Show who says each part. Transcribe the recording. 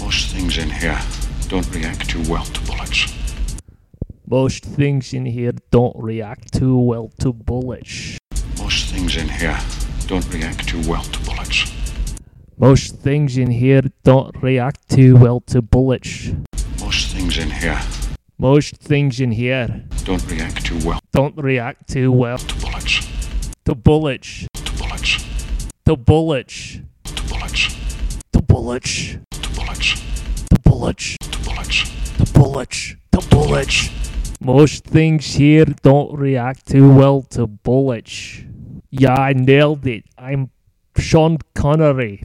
Speaker 1: Most things in here don't react too well to bullets.
Speaker 2: Most things in here don't react too well to bullets.
Speaker 1: Most things in here don't react too well to bullets.
Speaker 2: Most things in here don't react too well to bullets.
Speaker 1: Most things in here
Speaker 2: Most things in here
Speaker 1: don't react too well
Speaker 2: don't react too well
Speaker 1: to bullets.
Speaker 2: to bullets.
Speaker 1: To bullets.
Speaker 2: To bullets.
Speaker 1: To bullets.
Speaker 2: To bullets.
Speaker 1: To bullets.
Speaker 2: To bullets.
Speaker 1: To bullets.
Speaker 2: To bullets. To bullets. Most things here don't react too well to bullets. Yeah, I nailed it. I'm Sean Connery.